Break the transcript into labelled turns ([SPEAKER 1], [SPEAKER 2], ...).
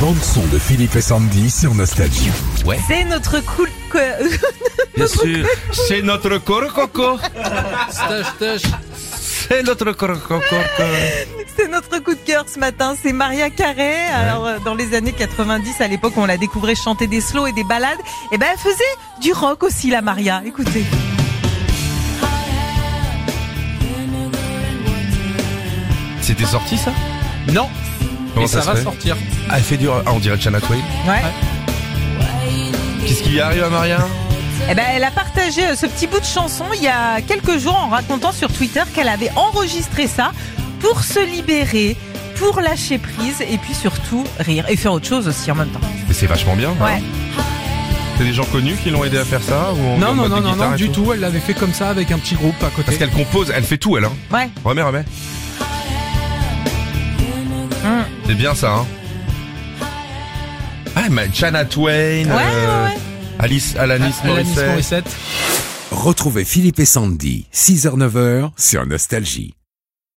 [SPEAKER 1] bande son de Philippe et Sandy sur Nostalgie.
[SPEAKER 2] Ouais,
[SPEAKER 3] C'est notre cool. co-
[SPEAKER 2] bien sûr.
[SPEAKER 4] C'est notre corococo.
[SPEAKER 2] Stoche, stoche.
[SPEAKER 4] C'est notre corococo.
[SPEAKER 3] C'est notre coup de cœur ce matin. C'est Maria Carré. Alors, euh, dans les années 90, à l'époque, on la découvrait chanter des slows et des ballades. Et ben, elle faisait du rock aussi, la Maria. Écoutez.
[SPEAKER 4] C'était sorti ça
[SPEAKER 2] Non,
[SPEAKER 4] Comment
[SPEAKER 2] mais ça,
[SPEAKER 4] se
[SPEAKER 2] va
[SPEAKER 4] fait
[SPEAKER 2] sortir.
[SPEAKER 4] Ah, elle fait du. Ah, on dirait Chana Twain.
[SPEAKER 3] Ouais.
[SPEAKER 4] Qu'est-ce qui lui arrive à Maria
[SPEAKER 3] Eh ben, elle a partagé euh, ce petit bout de chanson il y a quelques jours en racontant sur Twitter qu'elle avait enregistré ça pour se libérer, pour lâcher prise et puis surtout rire et faire autre chose aussi en même temps.
[SPEAKER 4] Mais c'est vachement bien. hein.
[SPEAKER 3] Ouais.
[SPEAKER 4] C'est des gens connus qui l'ont aidé à faire ça ou on
[SPEAKER 2] Non,
[SPEAKER 4] donne
[SPEAKER 2] non,
[SPEAKER 4] des
[SPEAKER 2] non, non,
[SPEAKER 4] guitares
[SPEAKER 2] non,
[SPEAKER 4] et
[SPEAKER 2] du tout. Elle l'avait fait comme ça avec un petit groupe à
[SPEAKER 4] Parce
[SPEAKER 2] côté.
[SPEAKER 4] qu'elle compose, elle fait tout elle. Hein.
[SPEAKER 3] Ouais.
[SPEAKER 4] Remets, remets.
[SPEAKER 3] Hum.
[SPEAKER 4] C'est bien ça. Hein. Ah, mais Chana Twain.
[SPEAKER 3] Ouais,
[SPEAKER 4] euh,
[SPEAKER 3] ouais, ouais.
[SPEAKER 4] Alice, Alanis
[SPEAKER 2] Alanis
[SPEAKER 4] Morissette.
[SPEAKER 2] Morissette.
[SPEAKER 1] Retrouvez Philippe et Sandy, 6h-9h sur Nostalgie.